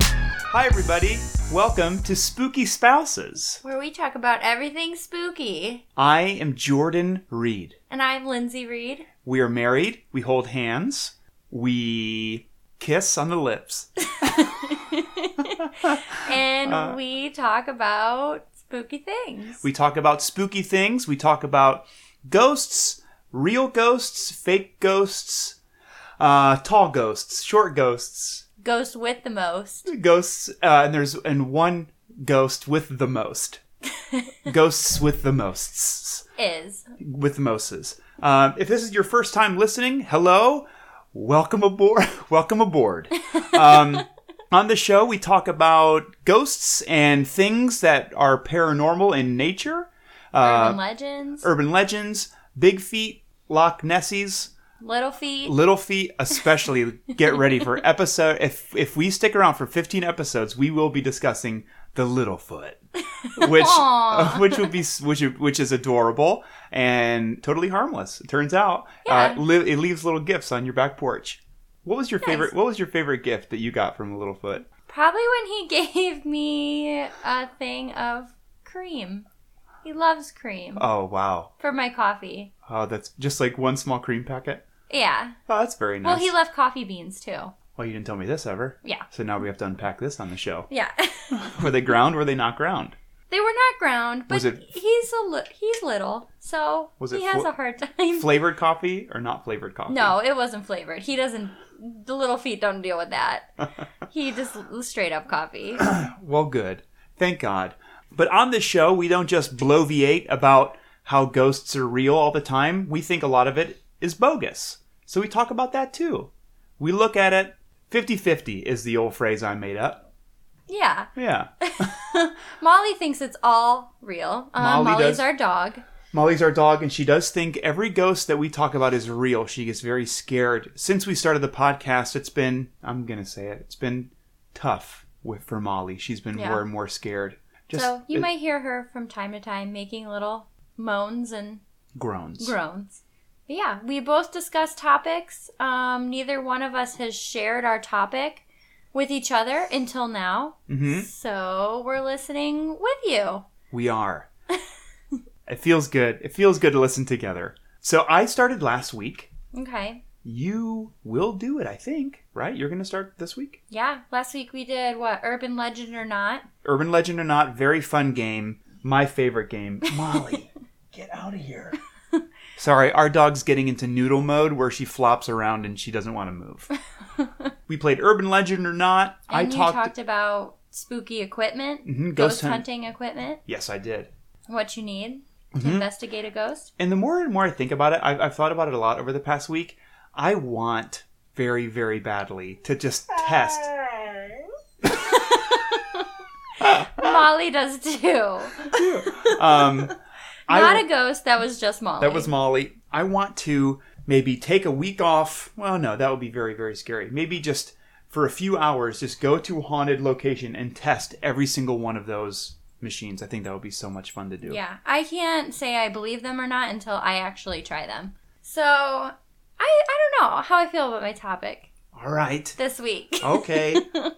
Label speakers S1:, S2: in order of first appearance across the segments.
S1: Hi, everybody. Welcome to Spooky Spouses.
S2: where we talk about everything spooky.
S1: I am Jordan Reed.
S2: And I'm Lindsay Reed.
S1: We are married. We hold hands. We kiss on the lips.
S2: And we talk about spooky things.
S1: Uh, We talk about spooky things. We talk about ghosts, real ghosts, fake ghosts, uh, tall ghosts, short ghosts,
S2: Ghost with the most.
S1: ghosts, uh, and there's and one ghost with the most. ghosts with the mosts.
S2: Is.
S1: with Moses. Um, if this is your first time listening, hello, welcome aboard. welcome aboard. Um, on the show, we talk about ghosts and things that are paranormal in nature, Uh,
S2: Urban legends.
S1: urban legends, big feet, Loch Nessies,
S2: little feet.
S1: little feet. Especially, get ready for episode. If if we stick around for 15 episodes, we will be discussing the little foot. Which,
S2: Aw.
S1: which would be which which is adorable and totally harmless. It turns out,
S2: Yeah.
S1: uh, li- it leaves little gifts on your back porch. What was your favorite? What was your favorite gift that you got from Littlefoot?
S2: Probably when he gave me a thing of cream. He loves cream
S1: Oh wow,
S2: for my coffee.
S1: oh that's just like one small cream packet.
S2: Yeah.
S1: Oh, that's very nice.
S2: Well, he left coffee beans too.
S1: well, you didn't tell me this ever.
S2: Yeah.
S1: So now we have to unpack this on the show.
S2: Yeah.
S1: Were they ground? Were they not ground?
S2: they were not ground, but
S1: Was it-
S2: he's a li- he's little, so
S1: Was it
S2: he has
S1: fl-
S2: a hard time
S1: Flavored coffee or not flavored coffee?
S2: No, it wasn't flavored. He doesn't. The little feet don't deal with that. he just straight up coffee.
S1: Well, good. Thank God. But on this show, we don't just bloviate about how ghosts are real all the time. We think a lot of it is bogus. So we talk about that too. We look at it 50 50 is the old phrase I made up.
S2: Yeah,
S1: Yeah.
S2: Molly thinks it's all real. Uh,
S1: Molly
S2: Molly's
S1: does-
S2: our dog.
S1: Molly's our dog, and she does think every ghost that we talk about is real. She gets very scared. Since we started the podcast, it's been, I'm going to say it, it's been tough with, for Molly. She's been
S2: Yeah.
S1: more and more scared. Just
S2: so you
S1: it-
S2: might hear her from time to time making little moans and
S1: groans.
S2: groans. But yeah, we both discuss topics. Um, neither one of us has shared our topic with each other until now.
S1: hmm
S2: So we're listening with you.
S1: We are. it feels good. It feels good to listen together. So I started last week.
S2: Okay.
S1: You will do it, I think, right? You're going to start this week?
S2: Yeah. Last week we did what? Urban legend or not?
S1: Urban Legend or Not, very fun game. My favorite game. Molly, get out of here. Sorry, our dog's getting into noodle mode where she flops around and she doesn't want to move. we played Urban Legend or Not.
S2: And
S1: I
S2: you
S1: talked.
S2: talked, about spooky equipment,
S1: Mhm,
S2: ghost,
S1: ghost hunt-
S2: hunting equipment,
S1: yes, I did.
S2: what you need
S1: Mm-hmm.
S2: to investigate a ghost.
S1: and the more and more I think about it, I've, I've thought about it a lot over the past week. I want very, very badly to just test.
S2: Molly does too.
S1: Um,
S2: Not
S1: I,
S2: a ghost, that was just Molly.
S1: that was Molly. I want to maybe take a week off. Well, no, that would be very, very scary. Maybe just for a few hours, just go to a haunted location and test every single one of those machines. I think that would be so much fun to do.
S2: Yeah. I can't say I believe them or not until I actually try them. So, I, I don't know how I feel about my topic
S1: All right.
S2: this week.
S1: Okay.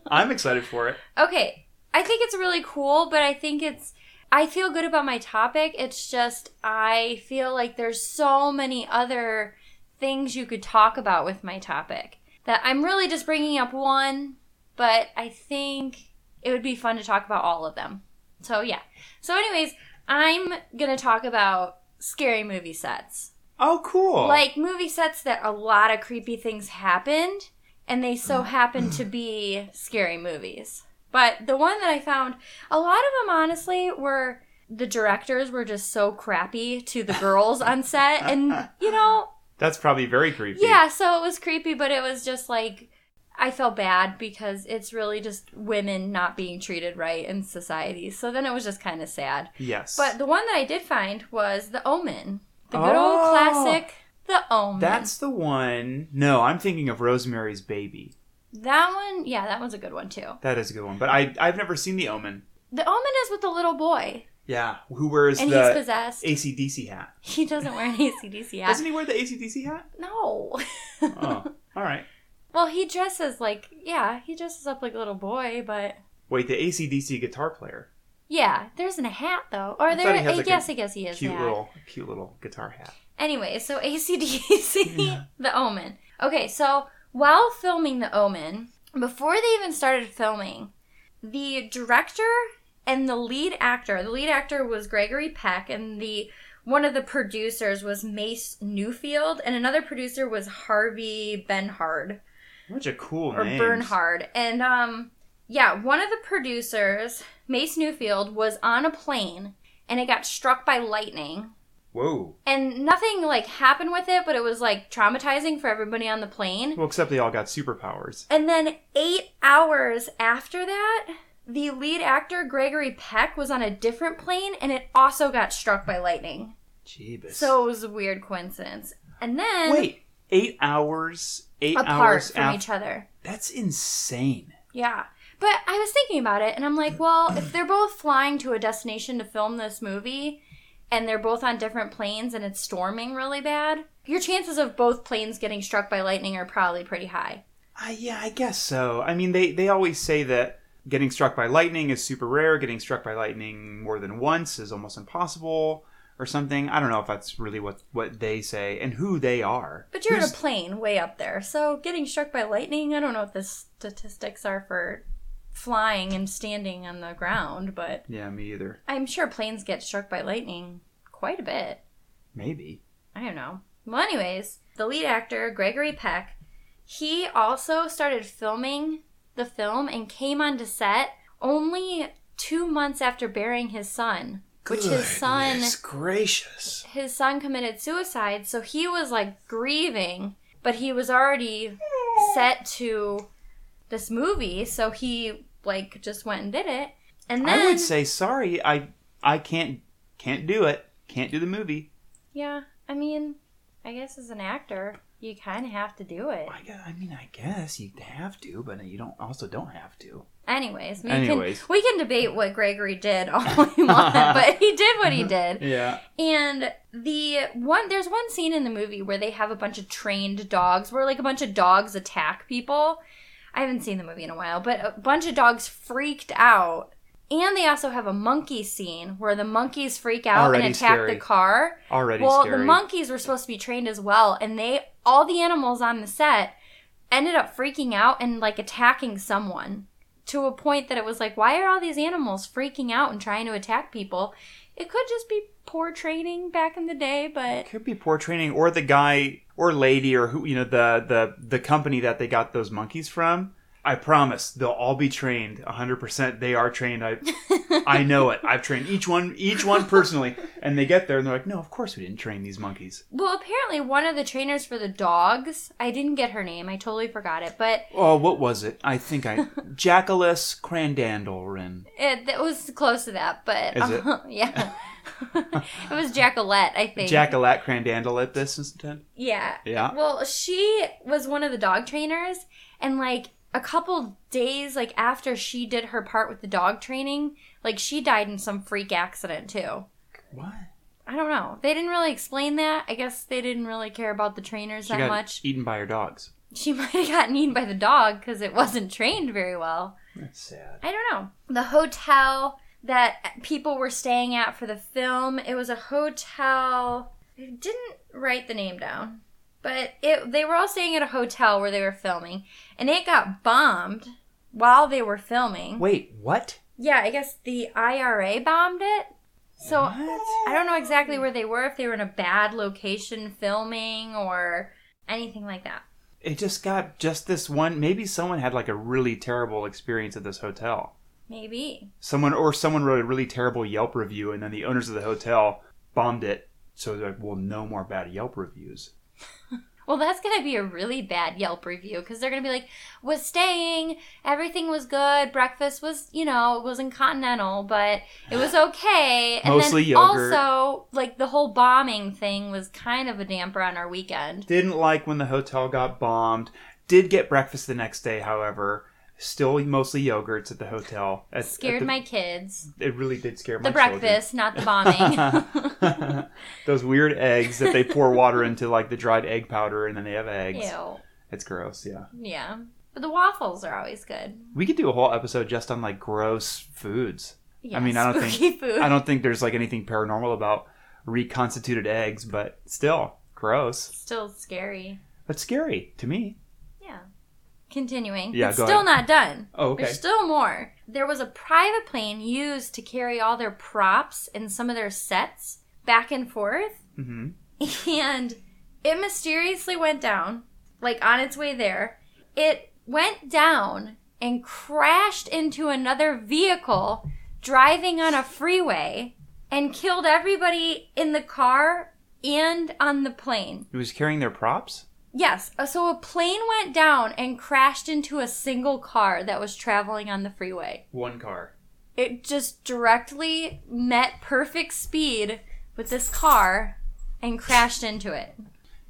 S1: I'm excited for it.
S2: Okay. I think it's really cool, but I think it's I feel good about my topic. It's just I feel like there's so many other things you could talk about with my topic that I'm really just bringing up one, but I think it would be fun to talk about all of them. So yeah. So anyways, I'm going to talk about scary movie sets.
S1: Oh, cool.
S2: Like movie sets that a lot of creepy things happened, and they so
S1: Mm.
S2: happen to be scary movies. But the one that I found, a lot of them honestly were the directors were just so crappy to the girls on set, and you know,
S1: That's probably very creepy.
S2: yeah, so it was creepy, but it was just like. I felt bad because it's really just women not being treated right in society. So then it was just kind of sad.
S1: Yes.
S2: But the one that I did find was The Omen. The good
S1: Oh.
S2: old classic The Omen.
S1: That's the one. No, I'm thinking of Rosemary's Baby.
S2: That one, yeah, that one's a good one too.
S1: That is a good one, but I I've never seen The Omen.
S2: The Omen is with the little boy,
S1: Yeah, who wears
S2: and he's
S1: the
S2: possessed.
S1: ACDC hat?
S2: He doesn't wear an ACDC hat.
S1: Doesn't he wear the ACDC hat?
S2: No.
S1: Oh, all right.
S2: well, he dresses like, yeah, he dresses up like a little boy, but
S1: Wait, the ACDC guitar player.
S2: Yeah, there isn't a hat though. Or
S1: I thought
S2: there,
S1: he has,
S2: I
S1: like, a
S2: guess, I guess he is.
S1: Cute
S2: yeah.
S1: little, cute little guitar hat.
S2: Anyway, so ACDC, The Omen. Okay, so while filming The Omen, before they even started filming, the director and the lead actor, the lead actor was Gregory Peck, and the one of the producers was Mace Newfield, and another producer was Harvey Benhard
S1: Such a cool
S2: or
S1: name.
S2: Bernhard. And um yeah, one of the producers, Mace Newfield, was on a plane and it got struck by lightning
S1: Whoa.
S2: and nothing like happened with it, but it was like traumatizing for everybody on the plane.
S1: Well, except they all got superpowers.
S2: And then eight hours after that, the lead actor Gregory Peck was on a different plane and it also got struck by lightning.
S1: Jeebus.
S2: So it was a weird coincidence. And then
S1: wait, eight hours, eight
S2: apart
S1: hours
S2: from
S1: after.
S2: each other.
S1: That's insane.
S2: Yeah. But I was thinking about it and I'm like, well, if they're both flying to a destination to film this movie and they're both on different planes and it's storming really bad, your chances of both planes getting struck by lightning are probably pretty high.
S1: Uh, yeah, I guess so. I mean, they, they always say that getting struck by lightning is super rare. Getting struck by lightning more than once is almost impossible, or something. I don't know if that's really what what they say and who they are.
S2: But you're in
S1: Who's-
S2: a plane way up there. So getting struck by lightning, I don't know what the statistics are for flying and standing on the ground, but
S1: yeah, me either.
S2: I'm sure planes get struck by lightning quite a bit.
S1: Maybe.
S2: I don't know. Well, anyways, the lead actor, Gregory Peck, he also started filming the film and came onto set only two months after burying his son, which his son
S1: gracious.
S2: his son committed suicide, so he was like grieving, but he was already set to this movie, so he like just went and did it. And then
S1: I would say sorry. I I can't can't do it. Can't do the movie.
S2: yeah, I mean, I guess as an actor, you kind of have to do it.
S1: I, gu- I mean, I guess you have to, but you don't also don't have to.
S2: Anyways, we
S1: Anyways.
S2: can we can debate what Gregory did all we want, but he did what he did.
S1: Yeah.
S2: And the one there's one scene in the movie where they have a bunch of trained dogs, where like a bunch of dogs attack people. I haven't seen the movie in a while, but a bunch of dogs freaked out. And they also have a monkey scene where the monkeys freak out
S1: Already
S2: and attack
S1: scary.
S2: the car.
S1: Already
S2: well,
S1: scary.
S2: the monkeys were supposed to be trained as well, and they all the animals on the set ended up freaking out and like attacking someone to a point that it was like, why are all these animals freaking out and trying to attack people? It could just be poor training back in the day, but
S1: Could be poor training, or the guy or lady, or who you know the the the company that they got those monkeys from. I promise they'll all be trained 100%. They are trained. I I know it. I've trained each one each one personally. And they get there and they're like, "No, of course we didn't train these monkeys."
S2: well, apparently one of the trainers for the dogs, I didn't get her name, I totally forgot it, but
S1: Oh, what was it? I think I Jackalus Crandandalrin.
S2: it, it was close to that, but
S1: Is it?
S2: yeah. it was Jackalette, I think.
S1: Jackalat Crandandal at this instant.
S2: yeah.
S1: Yeah.
S2: Well, she was one of the dog trainers, and like a couple days like after she did her part with the dog training, like she died in some freak accident too.
S1: What?
S2: I don't know. They didn't really explain that. I guess they didn't really care about the trainers
S1: She
S2: that
S1: got
S2: much.
S1: eaten by her dogs.
S2: She might have gotten eaten by the dog because it wasn't trained very well.
S1: That's sad.
S2: I don't know. The hotel that people were staying at for the film, it was a hotel. I didn't write the name down, but it they were all staying at a hotel where they were filming, and it got bombed while they were filming.
S1: Wait, what?
S2: Yeah, I guess the IRA bombed it. So
S1: What?
S2: I don't know exactly where they were if they were in a bad location filming or anything like that.
S1: it just got just this one maybe someone had like a really terrible experience at this hotel
S2: Maybe.
S1: someone or someone wrote a really terrible yelp review and then the owners of the hotel bombed it so they're like well no more bad yelp reviews
S2: Well, that's going to be a really bad Yelp review because they're going to be like, was staying, everything was good, breakfast was, you know, it wasn't continental, but it was okay. And
S1: Mostly
S2: then
S1: yogurt.
S2: also, like, the whole bombing thing was kind of a damper on our weekend.
S1: didn't like when the hotel got bombed did get breakfast the next day however still mostly yogurts at the hotel At- at
S2: Scared
S1: the-
S2: my kids.
S1: it really did scare
S2: The
S1: my children.
S2: breakfast, not the bombing.
S1: those weird eggs that they pour water into like the dried egg powder and then they have eggs
S2: Ew.
S1: it's gross yeah
S2: Yeah. But the waffles are always good.
S1: We could do a whole episode just on like gross foods.
S2: Yeah,
S1: I mean, I don't think-
S2: spooky food.
S1: I don't think there's like anything paranormal about reconstituted eggs, but still gross.
S2: Still scary.
S1: That's scary to me.
S2: Yeah. Continuing.
S1: Yeah,
S2: it's
S1: go ahead.
S2: still not done.
S1: Oh, okay.
S2: There's still more. There was a private plane used to carry all their props and some of their sets back and forth,
S1: hmm
S2: and it mysteriously went down, like on its way there. It went down and crashed into another vehicle driving on a freeway and killed everybody in the car and on the plane.
S1: It was carrying their props.
S2: Yes. uh, So a plane went down and crashed into a single car that was traveling on the freeway.
S1: One car.
S2: It just directly met perfect speed with this car and crashed into it.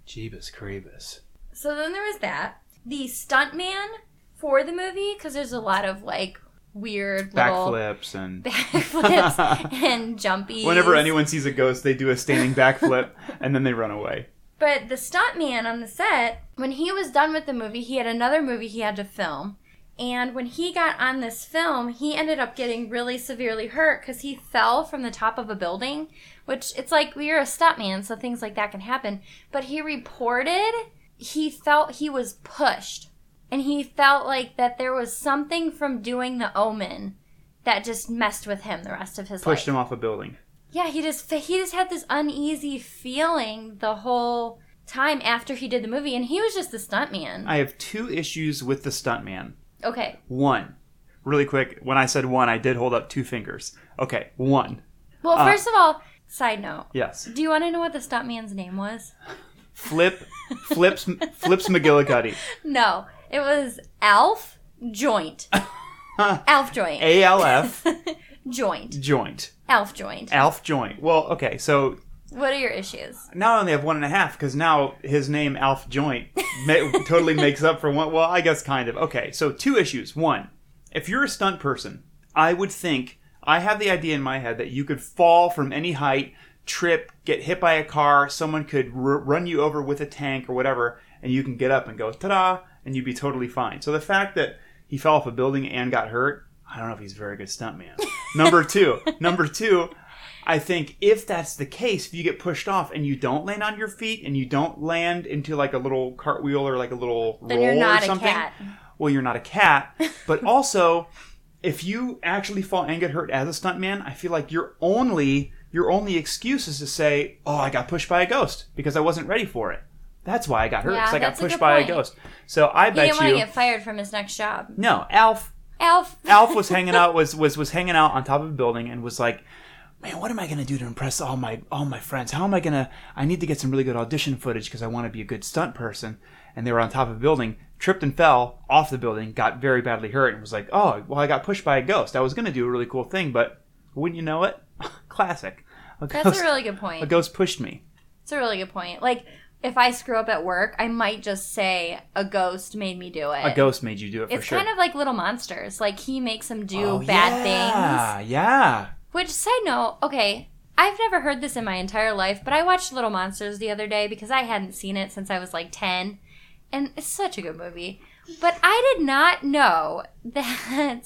S1: Jeebus Creebus.
S2: So then there was that. The stuntman for the movie, because there's a lot of like weird little
S1: Backflips and
S2: backflips and jumpies.
S1: whenever anyone sees a ghost, they do a standing backflip and then they run away.
S2: But the stuntman on the set, when he was done with the movie, he had another movie he had to film. And when he got on this film, he ended up getting really severely hurt because he fell from the top of a building, which it's like we are a stuntman, so things like that can happen. But he reported he felt he was pushed. And he felt like that there was something from doing the omen that just messed with him the rest of his life.
S1: Pushed him off a building.
S2: Yeah, he just he just had this uneasy feeling the whole time after he did the movie, and he was just the stuntman.
S1: I have two issues with the stuntman.
S2: Okay,
S1: One, really quick, when I said one, I did hold up two fingers. Okay, one.
S2: well,
S1: Uh,
S2: first of all, side note,
S1: Yes.
S2: do you want to know what the stuntman's name was?
S1: Flip, flips, flips McGillicuddy.
S2: No, it was Alf Joint. Alf Joint.
S1: ALF
S2: Joint.
S1: joint.
S2: Alf Joint.
S1: Alf joint. Well, okay, so
S2: What are your issues?
S1: now I only have one and a half because now his name, Alf joint, ma- totally makes up for one. Well, I guess kind of. Okay, so two issues. One, if you're a stunt person, I would think, I have the idea in my head that you could fall from any height, trip, get hit by a car, someone could r- run you over with a tank or whatever, and you can get up and go, ta da, and you'd be totally fine. So the fact that he fell off a building and got hurt, I don't know if he's a very good stuntman. number two, number two, I think if that's the case, if you get pushed off and you don't land on your feet and you don't land into like a little cartwheel or like a little
S2: Then
S1: roll
S2: you're not
S1: or
S2: a
S1: something,
S2: cat.
S1: well, you're not a cat, but also if you actually fall and get hurt as a stuntman, I feel like your only your only excuse is to say, "Oh, I got pushed by a ghost because I wasn't ready for it." That's why I got hurt
S2: Yeah,
S1: because I got
S2: that's a
S1: pushed
S2: good
S1: by
S2: point.
S1: a ghost. So I
S2: He didn't
S1: bet
S2: want
S1: you
S2: to get fired from his next job.
S1: no, Alf
S2: Alf.
S1: Alf was hanging out was was was hanging out on top of a building and was like, "Man, what am I gonna do to impress all my all my friends? How am I gonna? I need to get some really good audition footage because I want to be a good stunt person." And they were on top of a building, tripped and fell off the building, got very badly hurt, and was like, "Oh, well, I got pushed by a ghost. I was gonna do a really cool thing, but wouldn't you know it? Classic. A ghost,
S2: That's a really good point.
S1: a ghost pushed me.
S2: It's a really good point. Like, if I screw up at work, I might just say a ghost made me do it.
S1: A ghost made you do it for
S2: It's
S1: sure."
S2: kind of like Little Monsters. Like he makes them do
S1: Oh,
S2: bad
S1: yeah,
S2: things.
S1: Yeah.
S2: Which side note, okay, I've never heard this in my entire life, but I watched Little Monsters the other day because I hadn't seen it since I was like 10. And it's such a good movie. But I did not know that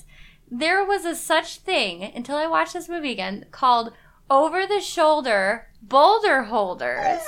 S2: there was a such thing until I watched this movie again called over the shoulder boulder holders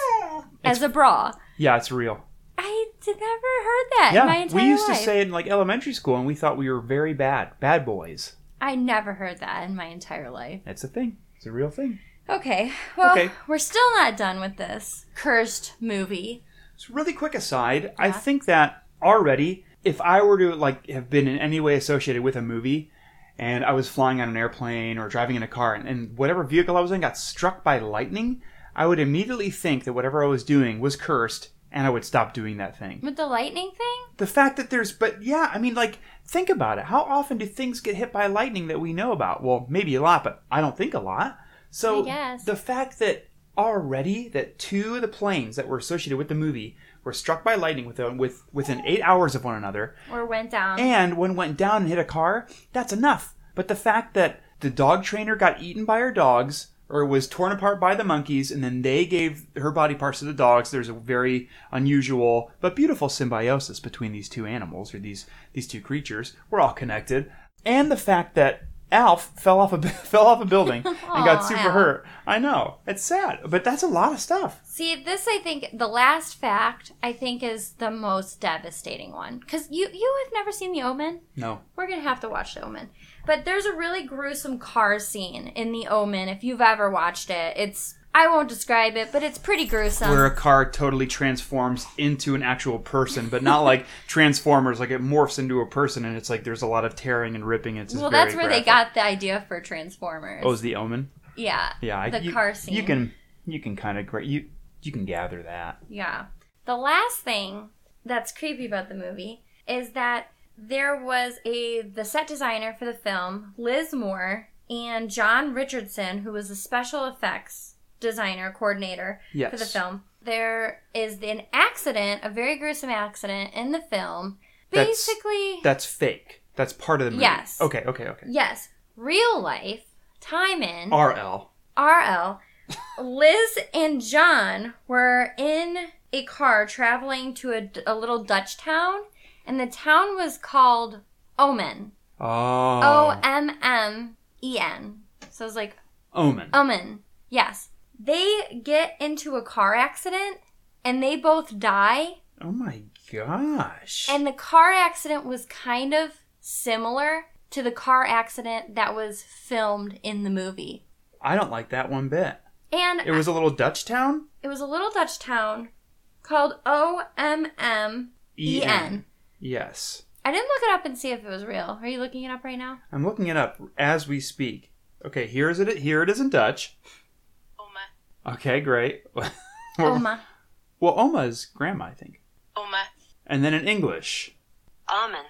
S2: as a bra.
S1: Yeah, it's real.
S2: I did never heard that in my
S1: Yeah,
S2: entire
S1: we used
S2: life.
S1: to say it in like elementary school, and we thought we were very bad, bad boys.
S2: I never heard that in my entire life.
S1: It's a thing. It's a real thing.
S2: Okay. Well,
S1: Okay.
S2: we're still not done with this cursed movie.
S1: So really quick aside, I think that already, if I were to like have been in any way associated with a movie, and I was flying on an airplane or driving in a car, and, and whatever vehicle I was in got struck by lightning, I would immediately think that whatever I was doing was cursed, and I would stop doing that thing.
S2: With the lightning thing?
S1: The fact that there's, but yeah, I mean, like think about it. How often do things get hit by lightning that we know about? Well, maybe a lot, but I don't think a lot. So
S2: I guess.
S1: the fact that already that two of the planes that were associated with the movie were struck by lightning with with within eight hours of one another,
S2: Or went down.
S1: and one went down and hit a car, that's enough. But the fact that the dog trainer got eaten by her dogs, or was torn apart by the monkeys, and then they gave her body parts to the dogs. There's a very unusual but beautiful symbiosis between these two animals, or these these two creatures. We're all connected, and the fact that Alf fell off a bu- fell off a building and got
S2: Aw,
S1: super
S2: Alf.
S1: hurt. I know it's sad, but that's a lot of stuff.
S2: See, this I think the last fact I think is the most devastating one because you you have never seen The Omen.
S1: No,
S2: We're gonna have to watch The Omen, but there's a really gruesome car scene in The Omen. If you've ever watched it, it's I won't describe it, but it's pretty gruesome.
S1: where a car totally transforms into an actual person, but not like Transformers, like it morphs into a person, and it's like there's a lot of tearing and ripping. It's just
S2: well, that's
S1: very
S2: where they
S1: graphic.
S2: got the idea for Transformers.
S1: Oh, is the Omen?
S2: yeah,
S1: Yeah, I-
S2: the
S1: you-
S2: car scene.
S1: You can you can kind of you you can gather that.
S2: Yeah. The last thing that's creepy about the movie is that there was a the set designer for the film, Liz Moore, and John Richardson, who was the special effects designer coordinator
S1: Yes.
S2: for the film. There is an accident, a very gruesome accident in the film.
S1: That's-
S2: Basically,
S1: That's fake. That's part of the movie.
S2: Yes.
S1: Okay. Okay. Okay.
S2: yes, real life, time in.
S1: RL.
S2: RL, Liz and John were in a car traveling to a, a little Dutch town, and the town was called Omen. O
S1: Oh.
S2: M M E N. So it's like
S1: Omen.
S2: Omen. Yes. They get into a car accident and they both die,
S1: Oh my gosh.
S2: and the car accident was kind of similar to the car accident that was filmed in the movie.
S1: I don't like that one bit.
S2: And
S1: It was a little Dutch town.
S2: It was a little Dutch town called O M M E N.
S1: Yes.
S2: I didn't look it up and see if it was real. Are you looking it up right now?
S1: I'm looking it up as we speak. Okay. Here's it. Here it is in Dutch.
S3: Oma,
S1: Okay. Great.
S2: Oh my.
S1: Well, Oma's grandma, I think.
S3: Oma,
S1: And then in English.
S3: Amen.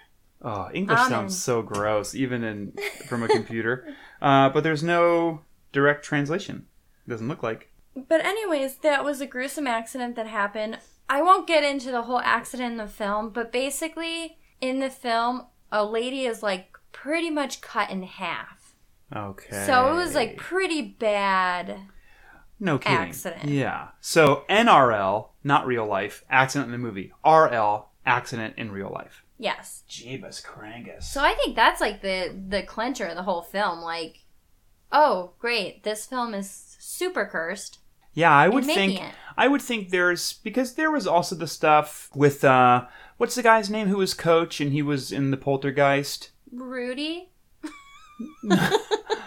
S1: Oh, English
S2: Amen.
S1: sounds so gross, even in from a computer. uh, but there's no direct translation. Doesn't look like.
S2: But anyways, that was a gruesome accident that happened. I won't get into the whole accident in the film, but basically in the film, a lady is like pretty much cut in half.
S1: Okay.
S2: So it was like pretty bad.
S1: no kidding.
S2: accident.
S1: Yeah. So NRL, not real life, accident in the movie. RL, accident in real life.
S2: Yes.
S1: Jeebus Krangus.
S2: So I think that's like the the clincher of the whole film like oh, great. This film is super cursed.
S1: yeah, I would
S2: and making
S1: think.
S2: it.
S1: I would think there's because there was also the stuff with uh, what's the guy's name who was coach and he was in the Poltergeist.
S2: Rudy.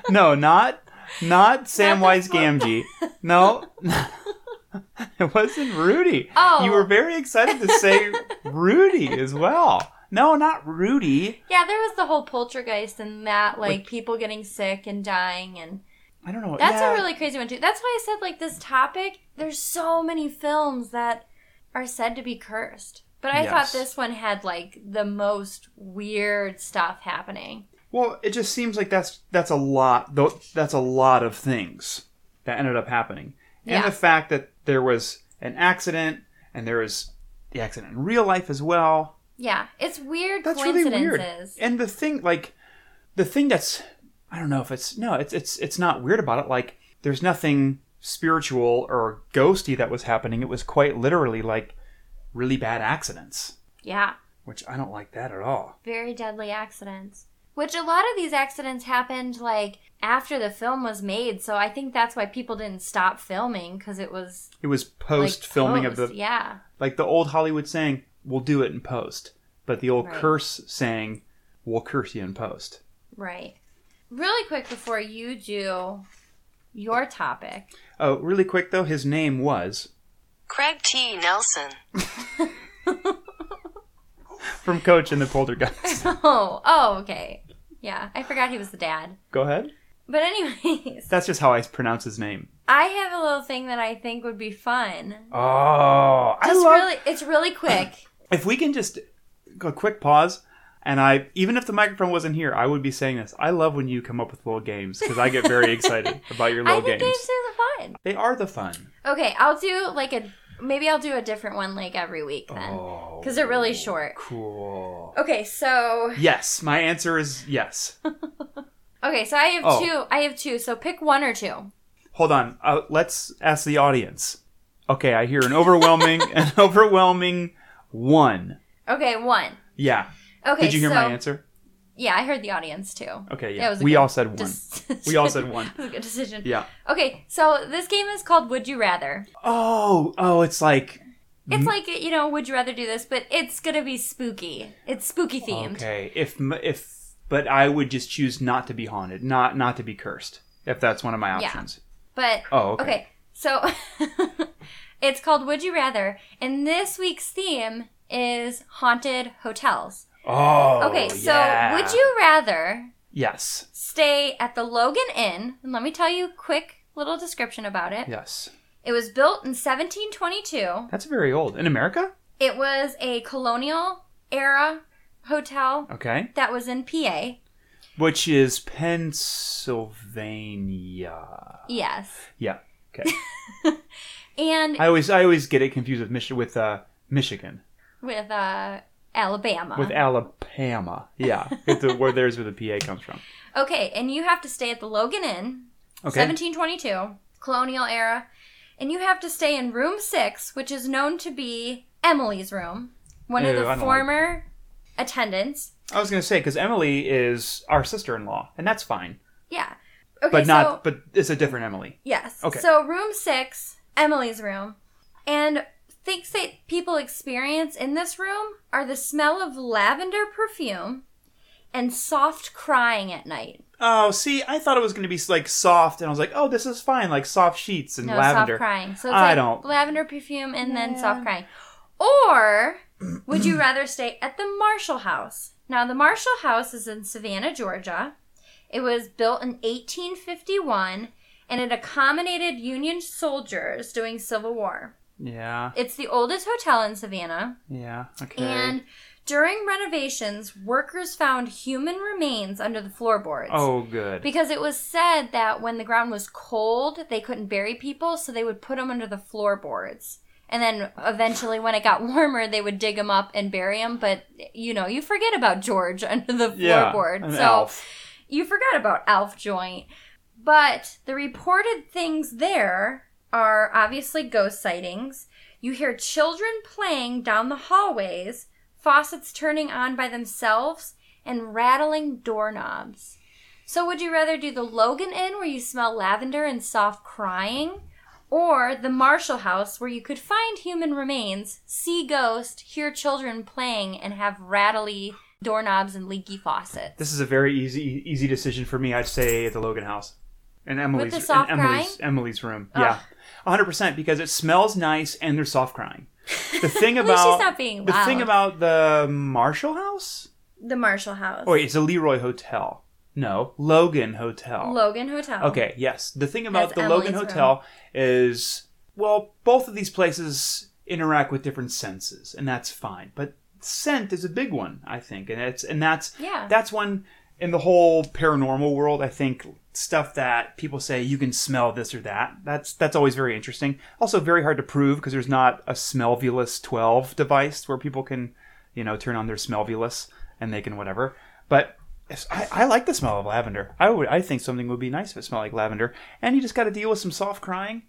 S1: No, not not Samwise
S2: the-
S1: Gamgee. No. it wasn't Rudy.
S2: Oh.
S1: You were very excited to say Rudy as well. No, not Rudy.
S2: Yeah, there was the whole poltergeist and that, like, people getting sick and dying, and
S1: I don't know.
S2: that's
S1: Yeah.
S2: a really crazy one too. That's why I said like this topic. There's so many films that are said to be cursed, but I
S1: Yes.
S2: thought this one had like the most weird stuff happening.
S1: Well, it just seems like that's that's a lot though that's a lot of things that ended up happening. And
S2: Yeah.
S1: the fact that there was an accident and there was the accident in real life as well.
S2: Yeah, it's weird
S1: that's really
S2: coincidences.
S1: weird. And the thing, like, the thing that's, I don't know if it's no, it's it's it's not weird about it. Like, there's nothing spiritual or ghosty that was happening. It was quite literally like really bad accidents,
S2: Yeah,
S1: which I don't like that at all.
S2: very deadly accidents. Which a lot of these accidents happened like after the film was made, so I think that's why people didn't stop filming because it was
S1: It was
S2: like,
S1: post filming of
S2: post.
S1: the
S2: yeah.
S1: like the old Hollywood saying, "We'll do it in post," but the old
S2: Right.
S1: curse saying, "We'll curse you in post."
S2: Right. Really quick before you do your topic.
S1: Oh, really quick though, his name was
S3: Craig T. Nelson.
S1: from Coach and the Poltergeist.
S2: Oh, oh, okay. Yeah, I forgot he was the dad.
S1: Go ahead.
S2: But anyways,
S1: That's just how I pronounce his name.
S2: I have a little thing that I think would be fun.
S1: Oh, I
S2: Just
S1: love.
S2: really, it's really quick.
S1: If we can just a quick pause, and I even if the microphone wasn't here, I would be saying this. I love when you come up with little games because I get very excited about your
S2: I
S1: little
S2: think
S1: games.
S2: games are fun.
S1: They are the fun.
S2: Okay, I'll do like a maybe I'll do a different one like every week then
S1: Oh,
S2: because they're really short.
S1: cool.
S2: Okay, so
S1: Yes, my answer is yes.
S2: okay, so I have
S1: Oh.
S2: two. I have two. So pick one or two.
S1: Hold on. Uh, let's ask the audience. Okay, I hear an overwhelming, an overwhelming one.
S2: Okay, one.
S1: Yeah.
S2: Okay,
S1: Did you hear
S2: so,
S1: my answer?
S2: Yeah, I heard the audience too.
S1: Okay.
S2: That
S1: Yeah.
S2: was a
S1: We
S2: good
S1: all said one.
S2: Decision.
S1: We all said one.
S2: It was a good decision.
S1: yeah.
S2: Okay, so this game is called Would You Rather.
S1: Oh, oh, it's like
S2: It's
S1: Mm-hmm.
S2: like you know, would you rather do this? But it's gonna be spooky. It's spooky themed.
S1: okay. If m- if but I would just choose not to be haunted, not not to be cursed. If that's one of my
S2: Yeah.
S1: options.
S2: But
S1: Oh, okay.
S2: okay, so it's called Would You Rather, and this week's theme is haunted hotels.
S1: Oh.
S2: Okay, so
S1: yeah.
S2: would you rather
S1: Yes.
S2: stay at the Logan Inn? And let me tell you a quick little description about it.
S1: Yes.
S2: It was built in 1722.
S1: That's very old in America.
S2: It was a colonial era hotel
S1: Okay.
S2: that was in PA.
S1: Which is Pennsylvania.
S2: Yes.
S1: Yeah. Okay.
S2: And
S1: I always I always get it confused with Mich- with uh, Michigan
S2: with uh Alabama.
S1: with Alabama. Yeah, with the, where theirs where the PA comes from.
S2: okay, and you have to stay at the Logan Inn,
S1: Okay.
S2: 1722, colonial era, and you have to stay in room 6, which is known to be Emily's room, one
S1: Ew, I
S2: of the
S1: don't like
S2: former attendants.
S1: I was gonna say because Emily is our sister-in-law, and that's fine,
S2: Yeah. Okay,
S1: but
S2: so
S1: not but it's a different Emily.
S2: Yes.
S1: Okay.
S2: So room six, Emily's room, and things that people experience in this room are the smell of lavender perfume and soft crying at night.
S1: Oh, see, I thought it was gonna be like soft, and I was like, oh, this is fine, like soft sheets and
S2: No
S1: lavender.
S2: soft crying. So it's
S1: I
S2: like
S1: don't-
S2: lavender perfume and then soft crying. Or would you rather stay at the Marshall House? Now the Marshall House is in Savannah, Georgia. It was built in 1851 and it accommodated Union soldiers during Civil War.
S1: Yeah,
S2: It's the oldest hotel in Savannah,
S1: yeah, okay.
S2: and during renovations, workers found human remains under the floorboards.
S1: oh, good.
S2: Because it was said that when the ground was cold, they couldn't bury people, so they would put them under the floorboards. And then eventually, when it got warmer, they would dig them up and bury them. But you know, you forget about George under the
S1: yeah,
S2: floorboard.
S1: an
S2: so
S1: elf.
S2: you forgot about Alf Joint. But the reported things there are obviously ghost sightings. You hear children playing down the hallways, faucets turning on by themselves, and rattling doorknobs. So, would you rather do the Logan Inn where you smell lavender and soft crying, or the Marshall House where you could find human remains, see ghosts, hear children playing, and have rattly doorknobs and leaky faucets?
S1: This is a very easy easy decision for me. I'd say at the Logan House, and Emily's
S2: the soft
S1: and Emily's Emily's room.
S2: Ugh.
S1: Yeah, hundred percent because it smells nice and they're soft crying. The thing
S2: At least
S1: about
S2: she's not being
S1: the thing
S2: loud.
S1: about the Marshall House.
S2: The Marshall House.
S1: Oh, wait, it's a Leroy Hotel. No, Logan Hotel.
S2: Logan Hotel.
S1: Oh. okay, yes. The thing about
S2: That's
S1: the
S2: Emily's
S1: Logan
S2: room.
S1: Hotel is, well, both of these places interact with different senses, and that's fine. But scent is a big one, I think, and it's and that's
S2: Yeah.
S1: that's one in the whole paranormal world. I think stuff that people say you can smell this or that. That's that's always very interesting. Also, very hard to prove because there's not a Smellvulus 12 device where people can, you know, turn on their Smellvulus and they can whatever. But it's- I, I like the smell of lavender. I would I think something would be nice if it smelled like lavender. And you just got to deal with some soft crying.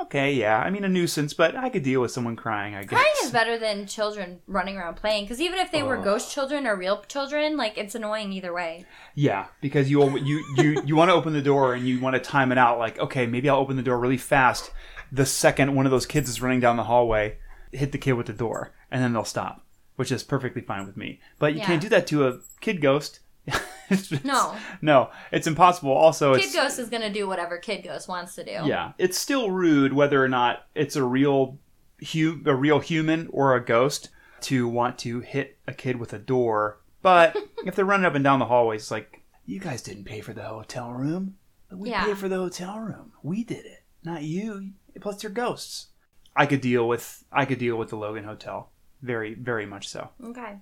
S1: Okay, yeah. I mean, a nuisance, but I could deal with someone crying. I guess.
S2: Crying is better than children running around playing because even if they
S1: Oh.
S2: were ghost children or real children, like it's annoying either way.
S1: Yeah, because you you you you want to open the door and you want to time it out. Like, okay, maybe I'll open the door really fast. The second one of those kids is running down the hallway, hit the kid with the door, and then they'll stop, which is perfectly fine with me. But you
S2: Yeah.
S1: can't do that to a kid ghost. It's just-
S2: No.
S1: no, it's impossible. Also,
S2: Kid
S1: Oh, it's
S2: Ghost is gonna do whatever Kid Ghost wants to do.
S1: yeah, it's still rude whether or not it's a real hu- a real human or a ghost to want to hit a kid with a door. But if they're running up and down the hallways, like you guys didn't pay for the hotel room, we
S2: Yeah.
S1: paid for the hotel room. We did it, not you. Plus, they're ghosts. I could deal with I could deal with the Logan Hotel very very much so.
S2: Okay.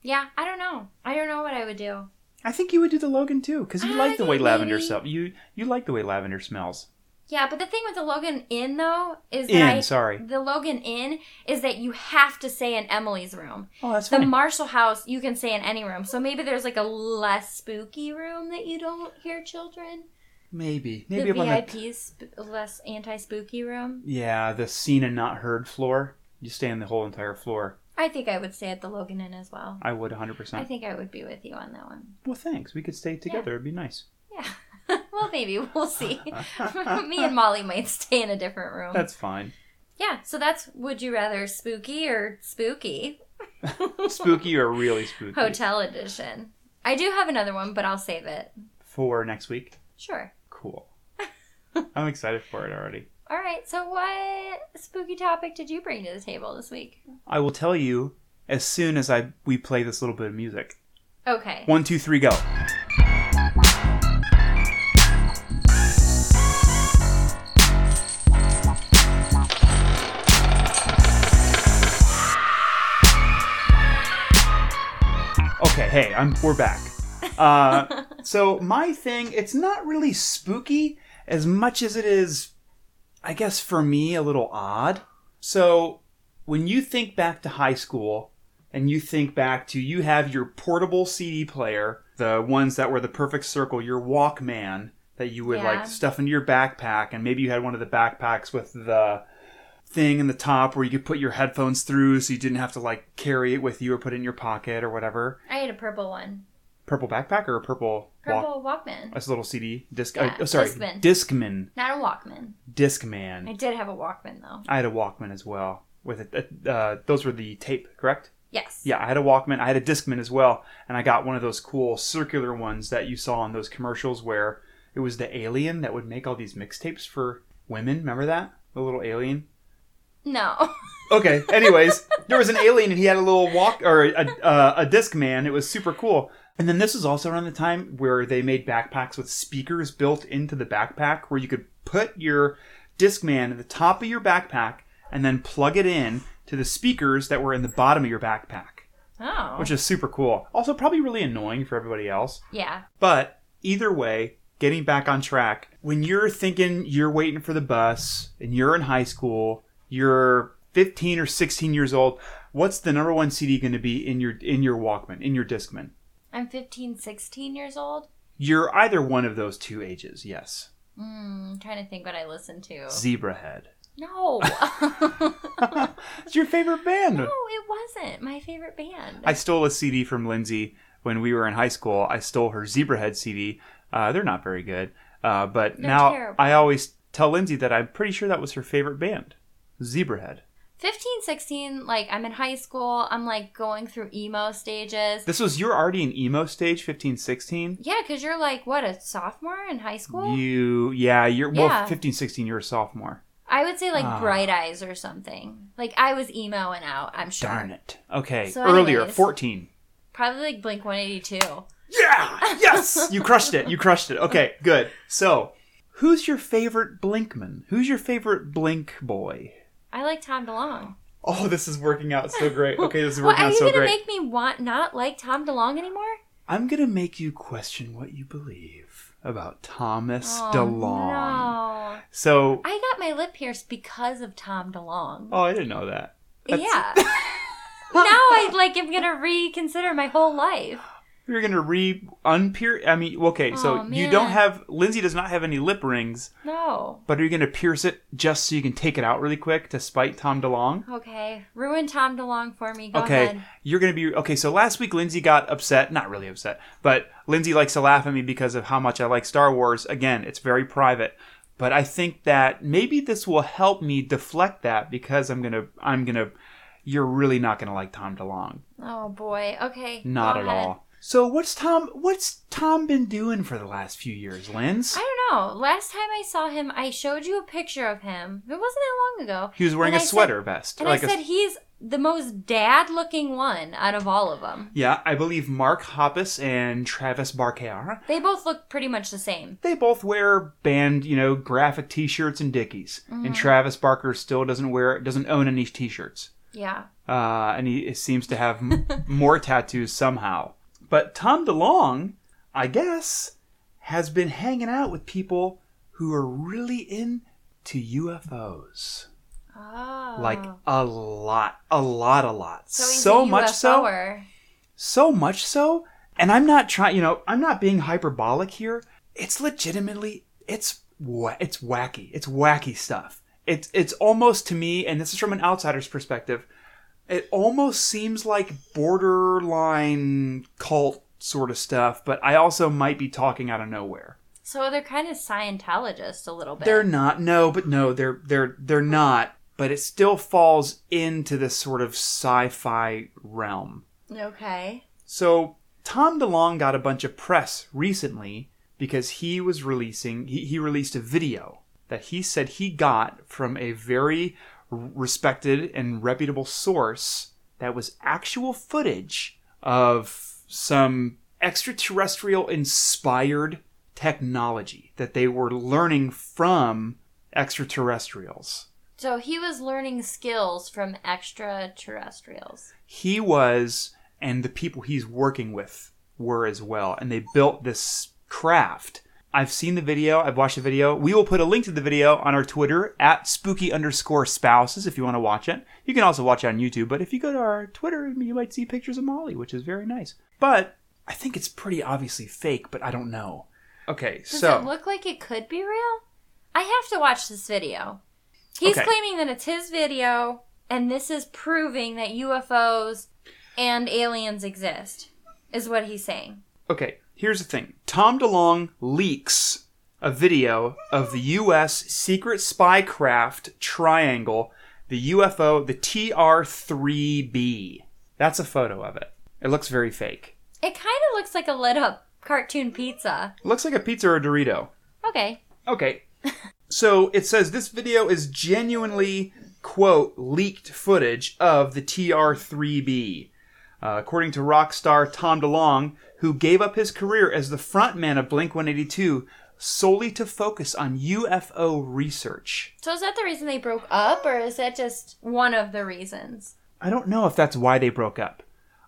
S2: Yeah, I don't know. I don't know what I would do.
S1: I think you would do the Logan too because you
S2: I
S1: like the way
S2: think
S1: lavender
S2: Ah, maybe-
S1: smells. You you like the way lavender smells.
S2: Yeah, but the thing with the Logan Inn though is that
S1: In,
S2: I-
S1: sorry.
S2: the Logan Inn is that you have to stay in Emily's room.
S1: Oh, that's
S2: The
S1: funny.
S2: Marshall House you can stay in any room, so maybe there's like a less spooky room that you don't hear children.
S1: Maybe.
S2: The
S1: Maybe up on the
S2: VIP's sp- less anti spooky room.
S1: Yeah, the seen and not heard floor. You stay on the whole entire floor.
S2: I think I would stay at the Logan Inn as well.
S1: I would
S2: I
S1: 100%.
S2: think I would be with you on that one.
S1: Well, thanks. We could stay together. It'd be nice.
S2: Yeah. well, maybe we'll see. Me and Molly might stay in a different room.
S1: That's fine.
S2: yeah. So that's would you rather spooky or spooky
S1: Spooky or really spooky?
S2: hotel edition. I do have another one, but I'll save it.
S1: For next week?
S2: Sure.
S1: Cool. I'm excited for it already.
S2: All right. So what spooky topic did you bring to the table this week?
S1: I will tell you as soon as I we play this little bit of music.
S2: Okay.
S1: One, two, three, go. Okay, hey, I'm we're back. Uh, so my thing, it's not really spooky as much as it is, I guess for me, a little odd. So when you think back to high school and you think back to you have your portable CD player, the ones that were the perfect circle, your Walkman that you would
S2: Yeah.
S1: like stuff into your backpack, and maybe you had one of the backpacks with the thing in the top where you could put your headphones through so you didn't have to like carry it with you or put it in your pocket or whatever.
S2: I had a purple one.
S1: Purple backpack or a purple, walk-
S2: Purple Walkman.
S1: that's a little CD disc.
S2: Yeah,
S1: oh, sorry,
S2: Discman.
S1: Discman,
S2: Not a Walkman. I
S1: Discman.
S2: did have a Walkman though.
S1: I had a Walkman as well. With a, uh, those were the tape, correct?
S2: Yes.
S1: Yeah, I had a Walkman. I had a Discman as well, and I got one of those cool circular ones that you saw in those commercials where it was the alien that would make all these mixtapes for women. Remember that? The little alien.
S2: No.
S1: Okay. Anyways, there was an alien and he had a little walk or a, uh, a Discman. It was super cool. And then this was also around the time where they made backpacks with speakers built into the backpack, where you could put your Discman at the top of your backpack and then plug it in to the speakers that were in the bottom of your backpack
S2: Oh.
S1: which is super cool. Also, probably really annoying for everybody else.
S2: yeah.
S1: But either way, getting back on track, when you're thinking you're waiting for the bus and you're in high school, you're 15 or 16 years old, what's the number one CD going to be in your in your Walkman, in your Discman?
S2: I'm 15, 16 years old.
S1: You're either one of those two ages, yes.
S2: Mm, I'm trying to think what I listened to.
S1: Zebra Zebrahead.
S2: no. no,
S1: It's your favorite band.
S2: it wasn't my favorite band.
S1: I stole a CD from Lindsay when we were in high school. I stole her Zebrahead CD. Uh, they're not very good, uh, but
S2: They're
S1: now
S2: terrible.
S1: I always tell Lindsay that I'm pretty sure that was her favorite band, Zebrahead.
S2: 15, 16, like I'm in high school. I'm like going through emo stages.
S1: This was you're already in emo stage, 15, 16.
S2: Yeah, because you're like, what, a sophomore in high school?
S1: You, yeah, you're well,
S2: Yeah.
S1: 15, 16. You're a sophomore.
S2: I would say like
S1: Ah.
S2: Bright Eyes or something. Like I was emo and out, I'm sure.
S1: Darn it. Okay,
S2: So
S1: earlier,
S2: anyways.
S1: 14.
S2: Probably like Blink 182.
S1: Yeah, yes, you crushed it. You crushed it. Okay, good. So, who's your favorite Blinkman? Who's your favorite Blink boy?
S2: I like Tom DeLonge.
S1: Oh, this is working out so great. Okay, this is
S2: Well,
S1: working
S2: are
S1: out
S2: you
S1: so
S2: going to
S1: great.
S2: make me want not like Tom DeLonge anymore?
S1: I'm gonna make you question what you believe about Thomas
S2: Oh,
S1: DeLong.
S2: no.
S1: So,
S2: I got my lip pierced because of Tom DeLonge.
S1: oh, I didn't know that. that's-
S2: Yeah. now I like am gonna reconsider my whole life.
S1: You're gonna re unpier. I mean, okay, so
S2: Oh,
S1: you don't
S2: man.
S1: have Lindsay does not have any lip rings,
S2: No.
S1: but are you gonna pierce it just so you can take it out really quick to spite Tom DeLong?
S2: Okay. Ruin Tom DeLonge for me. Go
S1: okay,
S2: ahead.
S1: you're gonna be okay. So last week Lindsay got upset, not really upset, but Lindsay likes to laugh at me because of how much I like Star Wars. Again, it's very private, but I think that maybe this will help me deflect that because I'm gonna, I'm gonna, you're really not gonna like Tom DeLong,
S2: Oh boy. Okay.
S1: not
S2: go
S1: at
S2: ahead.
S1: all. So what's Tom? What's Tom been doing for the last few years, Linz?
S2: I don't know. Last time I saw him, I showed you a picture of him. It wasn't that long ago.
S1: He was wearing
S2: And
S1: a
S2: I said-
S1: sweater vest,
S2: and
S1: like
S2: I
S1: a-
S2: said he's the most dad-looking one out of all of them.
S1: yeah, I believe Mark Hoppus and Travis Barker.
S2: They both look pretty much the same.
S1: they both wear band, you know, graphic T-shirts and Dickies.
S2: Mm.
S1: And Travis Barker still doesn't wear, doesn't own any T-shirts,
S2: Yeah.
S1: uh, and he seems to have m- more tattoos somehow. But Tom DeLong, I guess, has been hanging out with people who are really into UFOs,
S2: Oh.
S1: like a lot, a lot, a lot,
S2: so, he's
S1: so
S2: a
S1: much so
S2: UFOer.
S1: so much so and i'm not trying you know i'm not being hyperbolic here it's legitimately it's wa- it's wacky. It's wacky stuff. It's it's almost to me, and this is from an outsider's perspective. It almost seems like borderline cult sort of stuff, but I also might be talking out of nowhere.
S2: So they're kind of Scientologists a little bit.
S1: They're not. No, but no, they're they're they're not. But it still falls into this sort of sci-fi realm.
S2: okay.
S1: So Tom DeLonge got a bunch of press recently because he was releasing he, he released a video that he said he got from a very respected and reputable source that was actual footage of some extraterrestrial inspired technology that they were learning from extraterrestrials.
S2: So he was learning skills from extraterrestrials.
S1: he was and the people he's working with were as well and they built this craft i've seen the video i've watched the video we will put a link to the video on our twitter at spooky underscore spouses if you want to watch it you can also watch it on youtube but if you go to our twitter you might see pictures of molly which is very nice but i think it's pretty obviously fake but i don't know okay
S2: Does
S1: so
S2: it look like it could be real? I have to watch this video. He's
S1: Okay.
S2: claiming that it's his video, and this is proving that UFOs and aliens exist, is what he's saying.
S1: Okay, here's the thing. Tom DeLong leaks a video of the U.S. secret spy craft triangle, the UFO, the TR-3B. That's a photo of it. It looks very fake.
S2: It kind of looks like a lit up cartoon pizza.
S1: It looks like a pizza or a Dorito.
S2: Okay.
S1: Okay. so it says this video is genuinely, quote, leaked footage of the TR3B. Uh, according to rock star Tom DeLonge, who gave up his career as the frontman of Blink 182 solely to focus on UFO research.
S2: So is that the reason they broke up, or is that just one of the reasons?
S1: I don't know if that's why they broke up.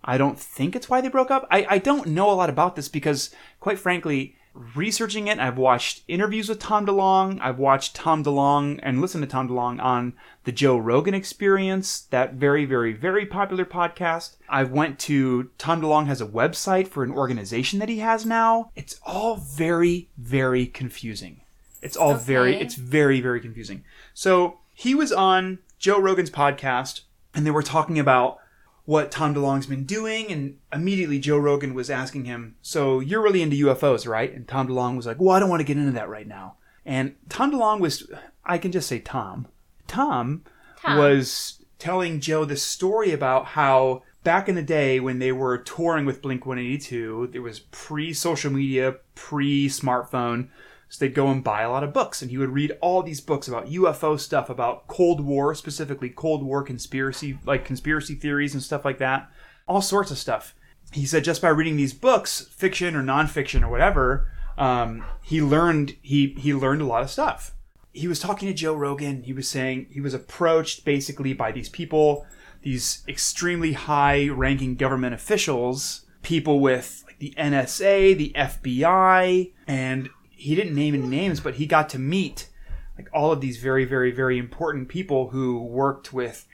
S1: I don't think it's why they broke up. I, I don't know a lot about this because, quite frankly, researching it, I've watched interviews with Tom DeLong. I've watched Tom DeLong and listened to Tom DeLong on the Joe Rogan Experience, that very, very, very popular podcast. I went to Tom DeLong has a website for an organization that he has now. It's all very, very confusing. It's all very,
S2: Okay.
S1: it's very, very confusing. So he was on Joe Rogan's podcast, and they were talking about what Tom DeLong's been doing, and immediately Joe Rogan was asking him, "So you're really into UFOs, right?" And Tom DeLong was like, "Well, I don't want to get into that right now." And Tom DeLong was, I can just say Tom. Tom,
S2: Tom.
S1: was telling Joe this story about how back in the day when they were touring with Blink 182, there was pre social media, pre smartphone. So they'd go and buy a lot of books, and he would read all these books about UFO stuff, about Cold War, specifically Cold War conspiracy, like conspiracy theories and stuff like that, all sorts of stuff. He said just by reading these books, fiction or nonfiction or whatever, um, he learned he he learned a lot of stuff he was talking to Joe Rogan. He was saying he was approached basically by these people, these extremely high ranking government officials, people with like the NSA, the FBI, and he didn't name any names, but he got to meet like all of these very, very, very important people who worked with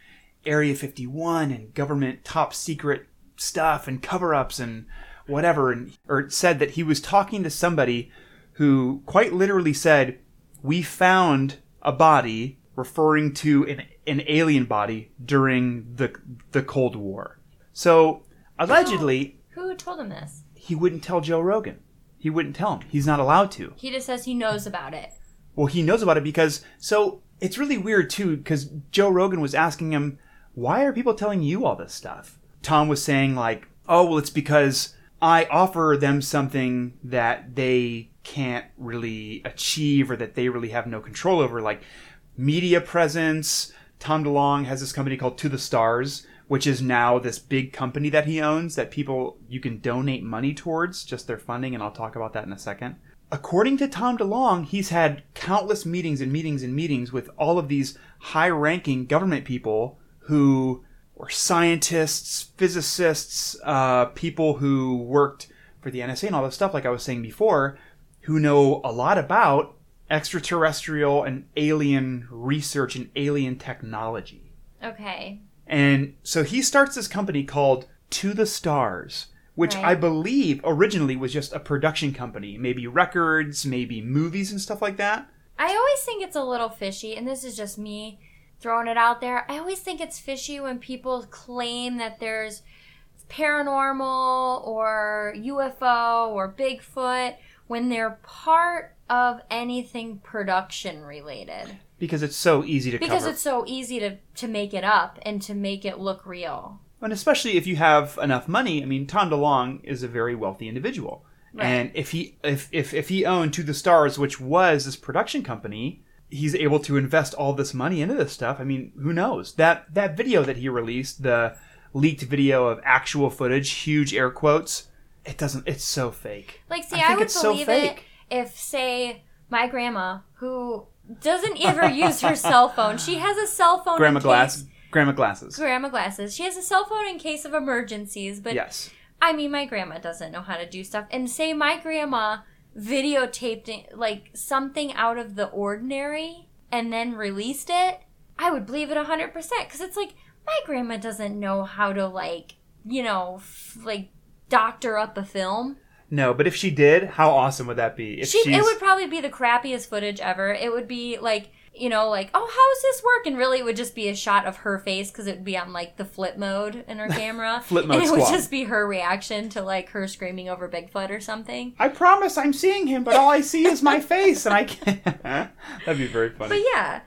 S1: Area 51 and government top secret stuff and cover ups and whatever. And or said that he was talking to somebody who quite literally said, we found a body referring to an, an alien body during the the Cold War. So allegedly,
S2: Who told him this?
S1: he wouldn't tell Joe Rogan. He wouldn't tell him. He's not allowed to.
S2: He just says he knows about it.
S1: Well, he knows about it because so it's really weird too because Joe Rogan was asking him, "Why are people telling you all this stuff?" Tom was saying like, "Oh, well, it's because I offer them something that they can't really achieve or that they really have no control over, like media presence." Tom DeLong has this company called To the Stars, which is now this big company that he owns that people you can donate money towards, just their funding, and I'll talk about that in a second according to Tom DeLong, he's had countless meetings and meetings and meetings with all of these high ranking government people who were scientists, physicists, uh, people who worked for the NSA and all this stuff, like I was saying before, who know a lot about extraterrestrial and alien research and alien technology.
S2: Okay.
S1: And so he starts this company called To the Stars, which
S2: Right.
S1: I believe originally was just a production company, maybe records, maybe movies and stuff like that.
S2: I always think it's a little fishy, and this is just me throwing it out there. I always think it's fishy when people claim that there's paranormal or UFO or Bigfoot when they're part of anything production related
S1: Because it's so easy to
S2: because
S1: cover.
S2: it's so easy to, to make it up and to make it look real.
S1: And especially if you have enough money, I mean, Tom DeLong is a very wealthy individual,
S2: Right.
S1: and if he if, if if he owned To the Stars, which was this production company, he's able to invest all this money into this stuff. I mean, who knows that that video that he released, the leaked video of actual footage, huge air quotes. It doesn't. It's so fake.
S2: Like, see,
S1: I
S2: I,
S1: think
S2: would
S1: it's so
S2: believe it
S1: fake.
S2: if, say, my grandma, who doesn't ever use her cell phone, she has a cell phone. in
S1: Grandma
S2: case-
S1: glass. Grandma glasses.
S2: grandma glasses. She has a cell phone in case of emergencies, but
S1: Yes.
S2: I mean, my grandma doesn't know how to do stuff. And say my grandma videotaped it, like something out of the ordinary and then released it, I would believe it 100% because it's like my grandma doesn't know how to, like, you know, f- like doctor up a film.
S1: No, but if she did, how awesome would that be? If
S2: She, it
S1: she's-
S2: would probably be the crappiest footage ever. It would be like, you know, like, oh, how's this work? And really, it would just be a shot of her face because it would be on like the flip mode in her camera.
S1: Flip mode
S2: And it would
S1: squad.
S2: just be her reaction to like her screaming over Bigfoot or something.
S1: I promise I'm seeing him, but all I see is my face, and I can't. That'd be very funny.
S2: But yeah,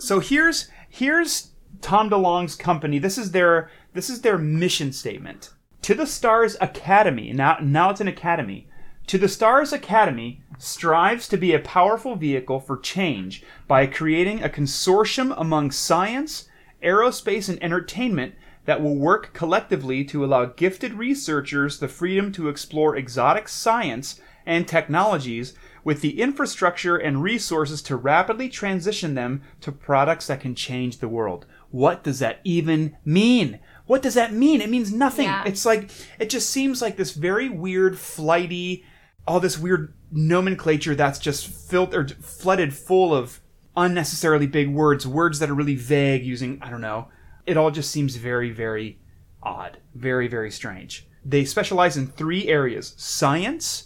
S1: so here's here's Tom DeLong's company. This is their this is their mission statement. To the Stars Academy. Now now it's an academy. To the Stars Academy strives to be a powerful vehicle for change by creating a consortium among science, aerospace and entertainment that will work collectively to allow gifted researchers the freedom to explore exotic science and technologies with the infrastructure and resources to rapidly transition them to products that can change the world. What does that even mean? What does that mean? It means nothing.
S2: Yeah.
S1: It's like, it just seems like this very weird, flighty, all this weird nomenclature that's just filled or flooded full of unnecessarily big words, words that are really vague using, I don't know. It all just seems very, very odd, very, very strange. They specialize in three areas science,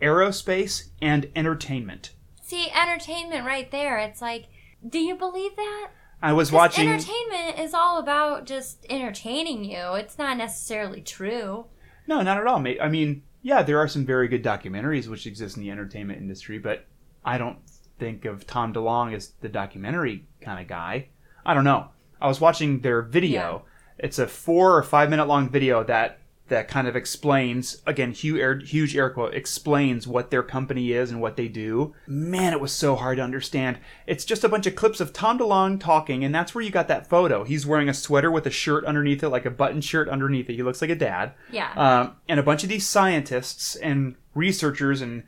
S1: aerospace, and entertainment.
S2: see, entertainment right there. It's like, do you believe that?
S1: I was
S2: 'Cause
S1: watching.
S2: Entertainment is all about just entertaining you. It's not necessarily true.
S1: no, not at all, mate. I mean, yeah, there are some very good documentaries which exist in the entertainment industry, but I don't think of Tom DeLong as the documentary kind of guy. I don't know. I was watching their video. It's a four or five minute long video that that kind of explains again huge air, huge air quote explains what their company is and what they do man it was so hard to understand it's just a bunch of clips of tom delong talking and that's where you got that photo he's wearing a sweater with a shirt underneath it like a button shirt underneath it he looks like a dad
S2: Yeah.
S1: um, and a bunch of these scientists and researchers and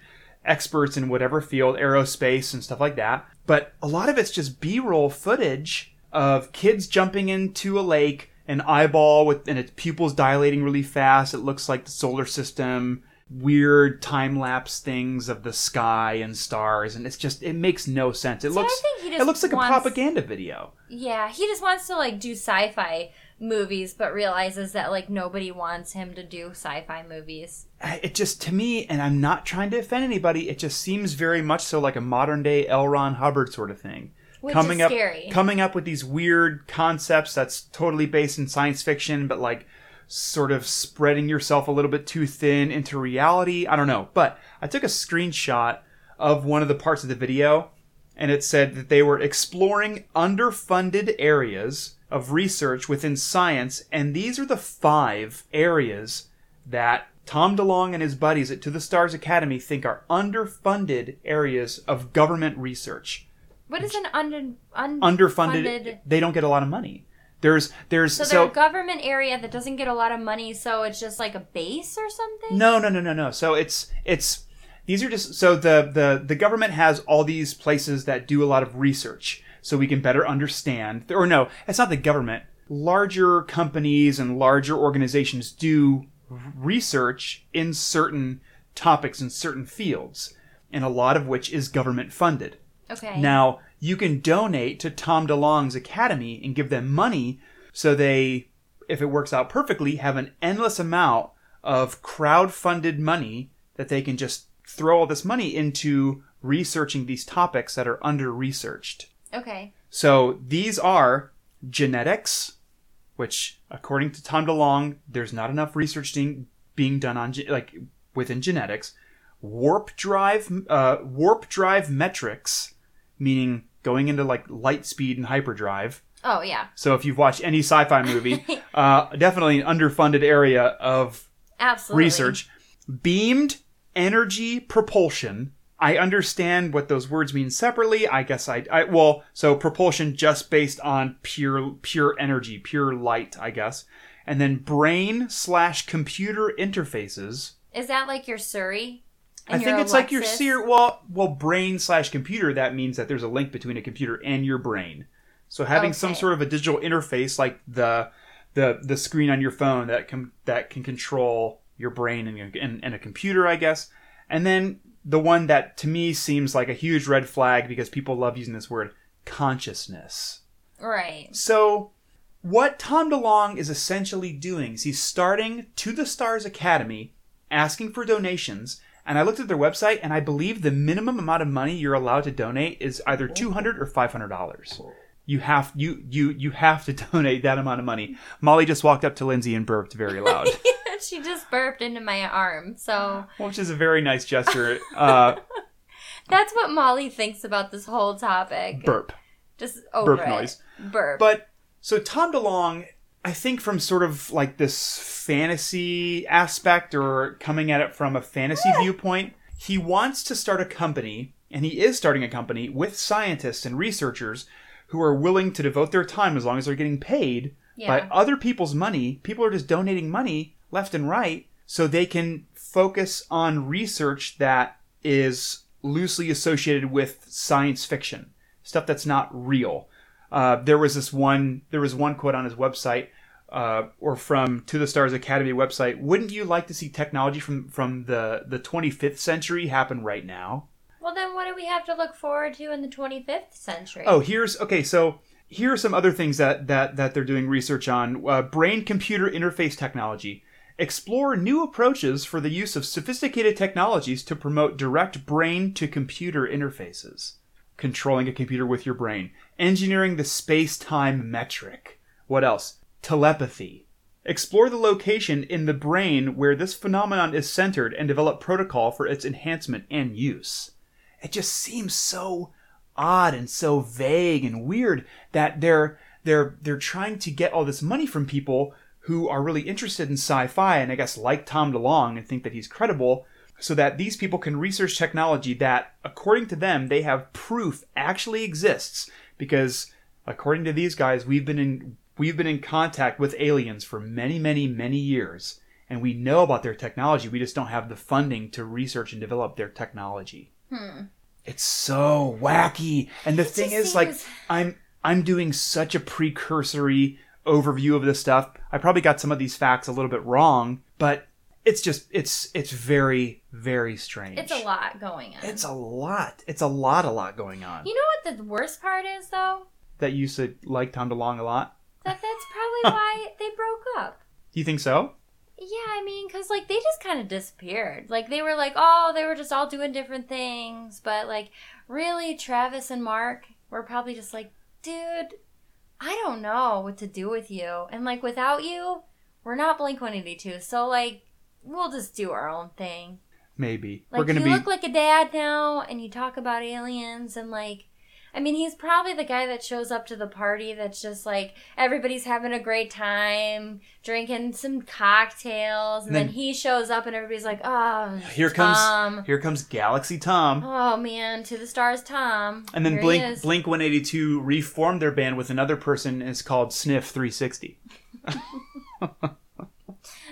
S1: experts in whatever field, aerospace and stuff like that. But a lot of it's just B-roll footage of kids jumping into a lake, an eyeball with and its pupils dilating really fast. It looks like the solar system, weird time lapse things of the sky and stars, and it's just it makes no sense. It looks
S2: think he
S1: it
S2: just
S1: looks like
S2: wants-
S1: a propaganda video.
S2: Yeah, he just wants to like do sci-fi movies, but realizes that like nobody wants him to do sci-fi movies.
S1: I- it just to me and i'm not trying to offend anybody it just seems very much so like a modern day L. Ron hubbard sort of thing
S2: Which
S1: coming
S2: is
S1: up
S2: scary.
S1: coming up with these weird concepts that's totally based in science fiction but like sort of spreading yourself a little bit too thin into reality i don't know but i took a screenshot of one of the parts of the video and it said that they were exploring underfunded areas of research within science, and these are the five areas that Tom DeLong and his buddies at To the Stars Academy think are underfunded areas of government research.
S2: What is an under, un-
S1: Underfunded,
S2: funded-
S1: they don't get a lot of money. There's, there's,
S2: So
S1: so,
S2: they're a government area that doesn't get a lot of money, so it's just like a base or something.
S1: no, no, no, no, no. So it's, it's, these are just, so the, the, the government has all these places that do a lot of research so we can better understand, or no, it's not the government. Larger companies and larger organizations do research in certain topics in certain fields, and a lot of which is government funded.
S2: Okay.
S1: Now, you can donate to Tom DeLong's academy and give them money so they, if it works out perfectly, have an endless amount of crowd-funded money that they can just throw all this money into researching these topics that are under-researched.
S2: Okay.
S1: So these are genetics, which, according to Tom DeLong, there's not enough research being, being done on ge- like within genetics. Warp drive, uh, warp drive metrics, meaning going into like light speed and hyperdrive.
S2: Oh yeah.
S1: So if you've watched any sci-fi movie, uh, definitely an underfunded area of
S2: Absolutely.
S1: research. Beamed energy propulsion. I understand what those words mean separately. I guess I, I well, so propulsion just based on pure pure energy, pure light, I guess, and then brain slash computer interfaces.
S2: Is that like your Surrey?
S1: I think it's like your seer. Well, well, brain slash computer. That means that there's a link between a computer and your brain. So having some
S2: Okay.
S1: sort of a digital interface like the the the screen on your phone that can that can control your brain and, your, and and a computer, I guess. And then the one that to me seems like a huge red flag because people love using this word consciousness.
S2: Right.
S1: So, what Tom DeLong is essentially doing is he's starting to the Stars Academy, asking for donations. And I looked at their website, and I believe the minimum amount of money you're allowed to donate is either two hundred or five hundred dollars. You have you you you have to donate that amount of money. Molly just walked up to Lindsay and burped very loud,
S2: she just burped into my arm. So
S1: which is a very nice gesture. Uh,
S2: that's what Molly thinks about this whole topic.
S1: burp.
S2: Just over
S1: burp
S2: it.
S1: noise.
S2: Burp.
S1: But so Tom DeLong, I think from sort of like this fantasy aspect or coming at it from a fantasy viewpoint, he wants to start a company, and he is starting a company with scientists and researchers who are willing to devote their time as long as they're getting paid by
S2: Yeah.
S1: other people's money. People are just donating money left and right so they can focus on research that is loosely associated with science fiction, stuff that's not real. Uh, there was this one. There was one quote on his website, uh, or from To the Stars Academy website. Wouldn't you like to see technology from from the the 25th century happen right now?
S2: well, then what do we have to look forward to in the 25th century?
S1: Oh, here's okay. So here are some other things that that that they're doing research on: uh, brain-computer interface technology. Explore new approaches for the use of sophisticated technologies to promote direct brain-to-computer interfaces. Controlling a computer with your brain. Engineering the space-time metric. What else? Telepathy. Explore the location in the brain where this phenomenon is centered and develop protocol for its enhancement and use it just seems so odd and so vague and weird that they're they're they're trying to get all this money from people who are really interested in sci-fi and I guess like Tom DeLong and think that he's credible so that these people can research technology that according to them they have proof actually exists because according to these guys we've been in we've been in contact with aliens for many many many years and we know about their technology we just don't have the funding to research and develop their technology
S2: Hmm,
S1: it's so wacky and the thing
S2: just
S1: is like
S2: seems-
S1: i'm i'm doing such a precursory overview of this stuff i probably got some of these facts a little bit wrong but it's just it's it's very very strange
S2: It's a lot going on.
S1: it's a lot it's a lot a lot going on
S2: you know what the worst part is, though?
S1: that you said like tom delong a lot
S2: That that's probably why they broke up.
S1: do you think so
S2: Yeah, I mean, because, like, they just kind of disappeared. Like, they were like, oh, they were just all doing different things. But, like, really, Travis and Mark were probably just like, dude, I don't know what to do with you. And, like, without you, we're not Blink 182. So, like, we'll just do our own thing.
S1: maybe
S2: Like,
S1: we're gonna
S2: you
S1: be
S2: look like a dad now, and you talk about aliens, and, like, I mean, he's probably the guy that shows up to the party that's just like everybody's having a great time, drinking some cocktails, and
S1: Then-
S2: then, he shows up and everybody's like, "Oh,
S1: here comes
S2: Tom.
S1: here comes galaxy tom
S2: Oh man, to the stars, Tom."
S1: and then
S2: Here he
S1: blink
S2: is.
S1: blink 182 reformed their band with another person and it's called sniff 360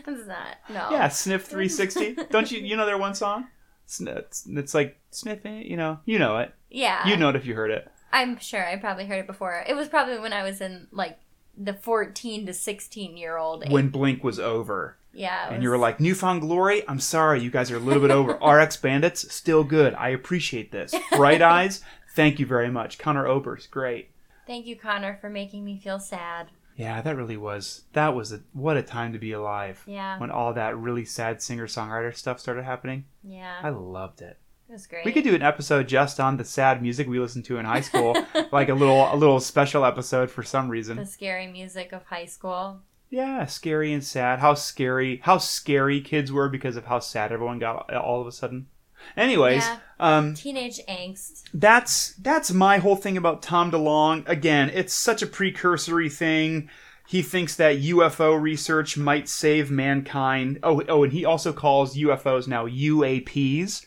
S2: It's not no.
S1: Yeah, Sniff 360. Don't you you know their one song? It's, it's, it's like sniffing, you know. You know it.
S2: Yeah.
S1: You know it if you heard it.
S2: I'm sure I probably heard it before. It was probably when I was in like the 14 to 16 year old.
S1: When Blink was over
S2: yeah. it
S1: and you were
S2: was-
S1: like Newfound Glory, I'm sorry you guys are a little bit over. RX Bandits still good. I appreciate this. Bright Eyes, thank you very much. Connor Oberst, great.
S2: "Thank you, Connor, for making me feel sad."
S1: Yeah, that really was. That was a what a time to be alive.
S2: Yeah.
S1: When all that really sad singer songwriter stuff started happening, I
S2: Yeah.
S1: loved it.
S2: It was great.
S1: We could do an episode just on the sad music we listened to in high school, like a little a little special episode for some
S2: the
S1: reason.
S2: scary music of high school.
S1: Yeah, scary and sad. How scary how scary kids were because of how sad everyone got all of a sudden. Anyways,
S2: Yeah.
S1: um
S2: Teenage angst.
S1: that's that's my whole thing about Tom DeLong. Again, it's such a precursory thing. He thinks that UFO research might save mankind. Oh, oh, and he also calls UFOs now UAPs,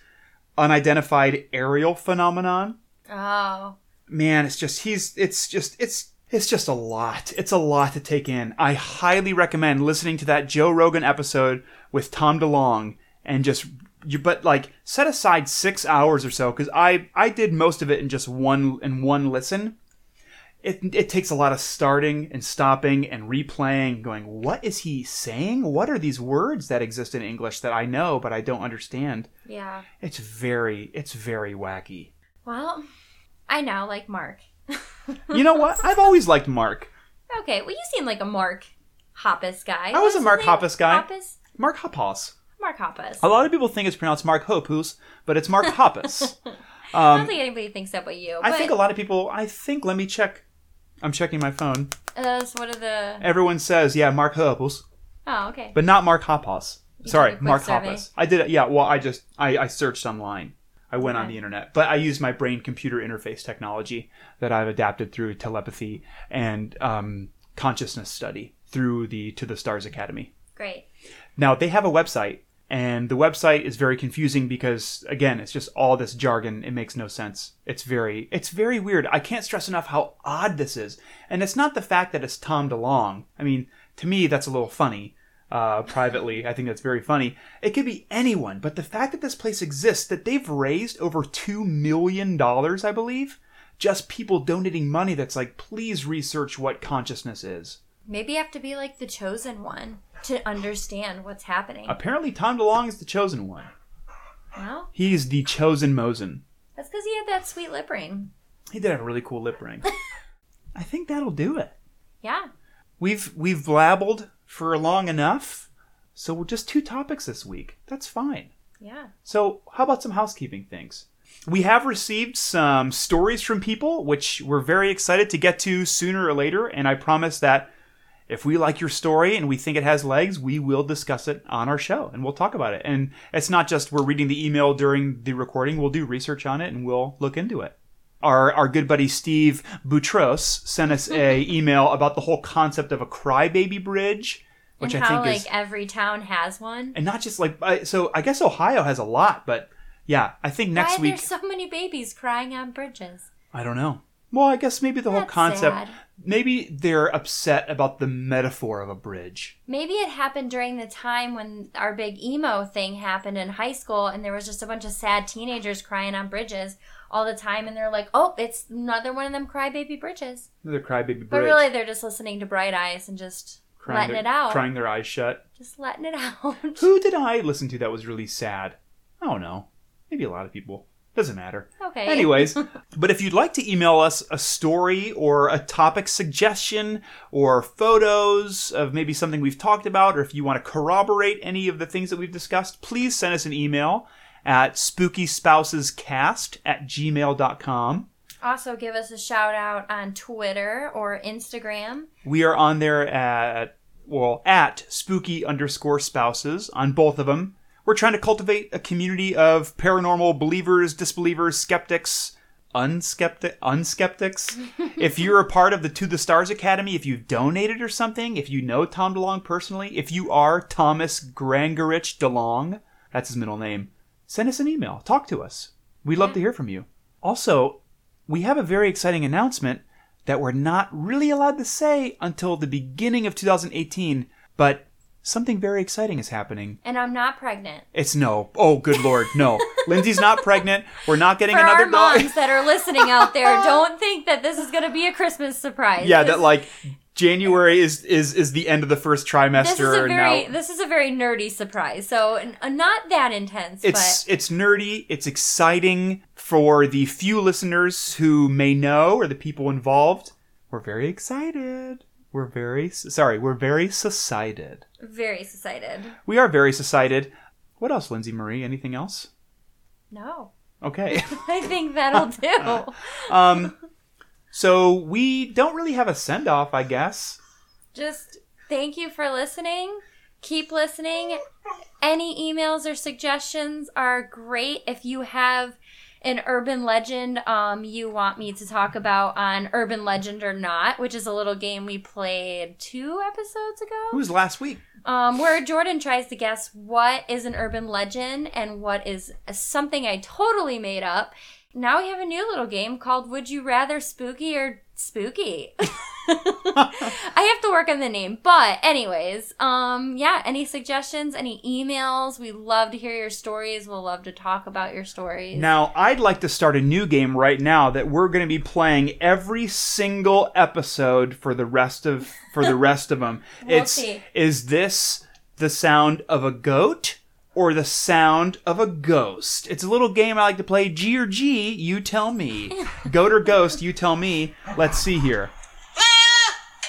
S1: unidentified aerial phenomenon.
S2: Oh.
S1: Man, it's just he's it's just it's it's just a lot. It's a lot to take in. I highly recommend listening to that Joe Rogan episode with Tom DeLong and just you but like set aside 6 hours or so cuz I I did most of it in just one in one listen. It it takes a lot of starting and stopping and replaying going what is he saying? What are these words that exist in English that I know but I don't understand?
S2: Yeah.
S1: It's very it's very wacky.
S2: Well, I now like Mark.
S1: You know what? I've always liked Mark.
S2: Okay. Well, you seem like a Mark Hoppus guy.
S1: I was a
S2: What's
S1: Mark
S2: his name?
S1: Hoppus guy. um,
S2: Hoppus?
S1: Mark Hoppus.
S2: Mark Hoppus.
S1: A lot of people think it's pronounced Mark Hopus, but it's Mark Hoppus. Um,
S2: I don't think anybody thinks that but you. But
S1: I think a lot of people. I think. Let me check. I'm checking my phone.
S2: uh, so what are the?
S1: Everyone says, "Yeah, Mark Hoppus,"
S2: Oh, okay.
S1: but not Mark Hoppus. Sorry,
S2: did a quick
S1: Mark
S2: survey.
S1: Hoppus. I did it. Yeah. Well, I just I, I searched online. I went on
S2: Okay.
S1: the internet, but I used my brain computer interface technology that I've adapted through telepathy and um, consciousness study through the To the Stars Academy.
S2: Great.
S1: Now they have a website, and the website is very confusing because again, it's just all this jargon. It makes no sense. It's very it's very weird. I can't stress enough how odd this is. And it's not the fact that it's Tom DeLong. I mean, to me that's a little funny. Uh, privately, I think that's very funny. It could be anyone, but the fact that this place exists, that they've raised over two million dollars, I believe, just people donating money. That's like, please research what consciousness is.
S2: Maybe you have to be like the chosen one to understand what's happening.
S1: Apparently, Tom DeLong is the chosen one.
S2: Well,
S1: He's the chosen Mosin.
S2: that's because he had that sweet lip ring.
S1: He did have a really cool lip ring. I think that'll do it.
S2: Yeah.
S1: We've we've blabbled for long enough, so we're just two topics this week. That's fine.
S2: Yeah.
S1: So how about some housekeeping things? We have received some stories from people, which we're very excited to get to sooner or later, and I promise that if we like your story and we think it has legs, we will discuss it on our show and we'll talk about it. And it's not just we're reading the email during the recording, we'll do research on it and we'll look into it. Our, our good buddy Steve Boutros sent us a email about the whole concept of a crybaby bridge, which
S2: and
S1: I
S2: how
S1: think
S2: like
S1: is
S2: every town has one.
S1: and not just like I- so i guess ohio has a lot but yeah i think next
S2: Why
S1: week
S2: there's so many babies crying on bridges?
S1: i don't know well i guess maybe the whole
S2: That's
S1: concept
S2: sad.
S1: maybe they're upset about the metaphor of a bridge
S2: Maybe it happened during the time when our big emo thing happened in high school, and there was just a bunch of sad teenagers crying on bridges all the time, and they're like, "Oh, it's another one of them crybaby bridges."
S1: the crybaby bridge
S2: But really, they're just listening to Bright Eyes and just
S1: crying
S2: letting
S1: their,
S2: it out.
S1: crying their eyes shut
S2: Just letting it out.
S1: who did i listen to that was really sad i don't know maybe a lot of people doesn't matter
S2: okay.
S1: Anyways, but if you'd like to email us a story or a topic suggestion or photos of maybe something we've talked about, or if you want to corroborate any of the things that we've discussed, please send us an email at spookyspousescast at gmail.com.
S2: Also, give us a shout out on Twitter or Instagram.
S1: We are on there at, well, at spooky underscore spouses on both of them. We're trying to cultivate a community of paranormal believers, disbelievers, skeptics, unskeptic, unskeptics. if you're a part of the To the Stars Academy, if you've donated or something, if you know Tom DeLong personally, if you are Thomas Grangerich DeLong, that's his middle name, send us an email. Talk to us. We'd love to hear from you. Also, we have a very exciting announcement that we're not really allowed to say until the beginning of 2018, but something very exciting is happening.
S2: And I'm not pregnant.
S1: It's no. Oh, good lord, no. Lindsay's not pregnant. We're not getting
S2: For
S1: another
S2: our
S1: dog.
S2: moms that are listening out there, don't think that this is going to be a Christmas surprise.
S1: yeah,
S2: This-
S1: that like January is is is the end of the first trimester.
S2: This is a
S1: and
S2: very
S1: now
S2: this is a very nerdy surprise. So n- uh, not that intense,
S1: it's it's nerdy. It's exciting for the few listeners who may know or the people involved. We're very excited. We're very sorry. We're very societed.
S2: Very excited.
S1: We are very societed. What else, Lindsay Marie? Anything else?
S2: No.
S1: Okay.
S2: I think that'll do.
S1: um, so we don't really have a send off, I guess.
S2: Just thank you for listening. Keep listening. Any emails or suggestions are great. If you have an urban legend um, you want me to talk about on Urban Legend or Not, which is a little game we played two episodes ago.
S1: It was last week.
S2: um, where Jordan tries to guess what is an urban legend and what is something I totally made up. Now we have a new little game called Would You Rather Spooky or Spooky? I have to work on the name, but anyways, um, yeah, any suggestions, any emails? We love to hear your stories. We'll love to talk about your stories.
S1: Now, I'd like to start a new game right now that we're going to be playing every single episode for the rest of for the rest of them.
S2: We'll
S1: it's
S2: see.
S1: is this the sound of a goat or the sound of a ghost? It's a little game I like to play. G or G, you tell me. goat or ghost, you tell me. Let's see here.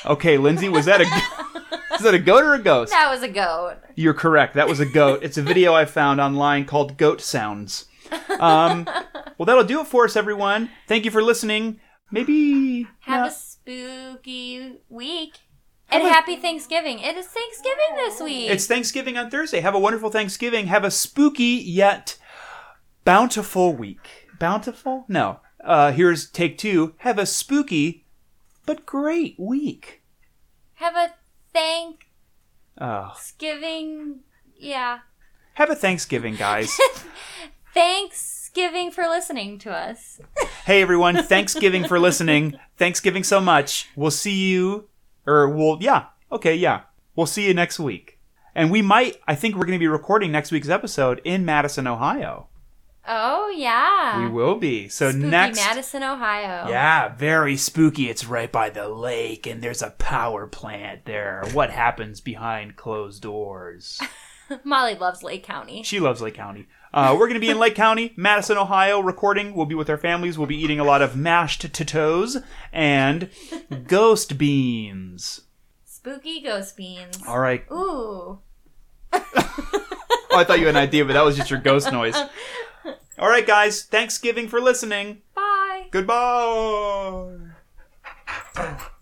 S1: Okay, Lindsay, was that a is that a goat or a ghost?
S2: That was a goat.
S1: You're correct. That was a goat. It's a video I found online called Goat Sounds. Um, well, that'll do it for us, everyone. Thank you for listening. Maybe.
S2: Have
S1: no,
S2: a spooky week. And happy Thanksgiving. It is Thanksgiving this week.
S1: it's Thanksgiving on Thursday. Have a wonderful Thanksgiving. Have a spooky yet bountiful week. Bountiful? No. Uh, here's take two. Have a spooky but great week.
S2: Have a Thanksgiving.
S1: Oh,
S2: Yeah.
S1: have a Thanksgiving, guys.
S2: Thanksgiving for listening to us.
S1: hey, everyone. Thanksgiving for listening. Thanksgiving so much. We'll see you, or we'll, yeah. Okay, yeah. We'll see you next week. And we might, I think we're going to be recording next week's episode in Madison, Ohio.
S2: Oh, yeah.
S1: We will be. So
S2: Spooky
S1: next.
S2: Madison, Ohio.
S1: Yeah, very spooky. It's right by the lake, and there's a power plant there. What happens behind closed doors?
S2: Molly loves Lake County.
S1: She loves Lake County. Uh, we're going to be in Lake County, Madison, Ohio, recording. We'll be with our families. We'll be eating a lot of mashed potatoes and ghost beans.
S2: Spooky ghost beans.
S1: All right. Oh,
S2: Ooh.
S1: I thought you had an idea, but that was just your ghost noise. All right, guys. Thanksgiving for listening.
S2: Bye.
S1: Goodbye.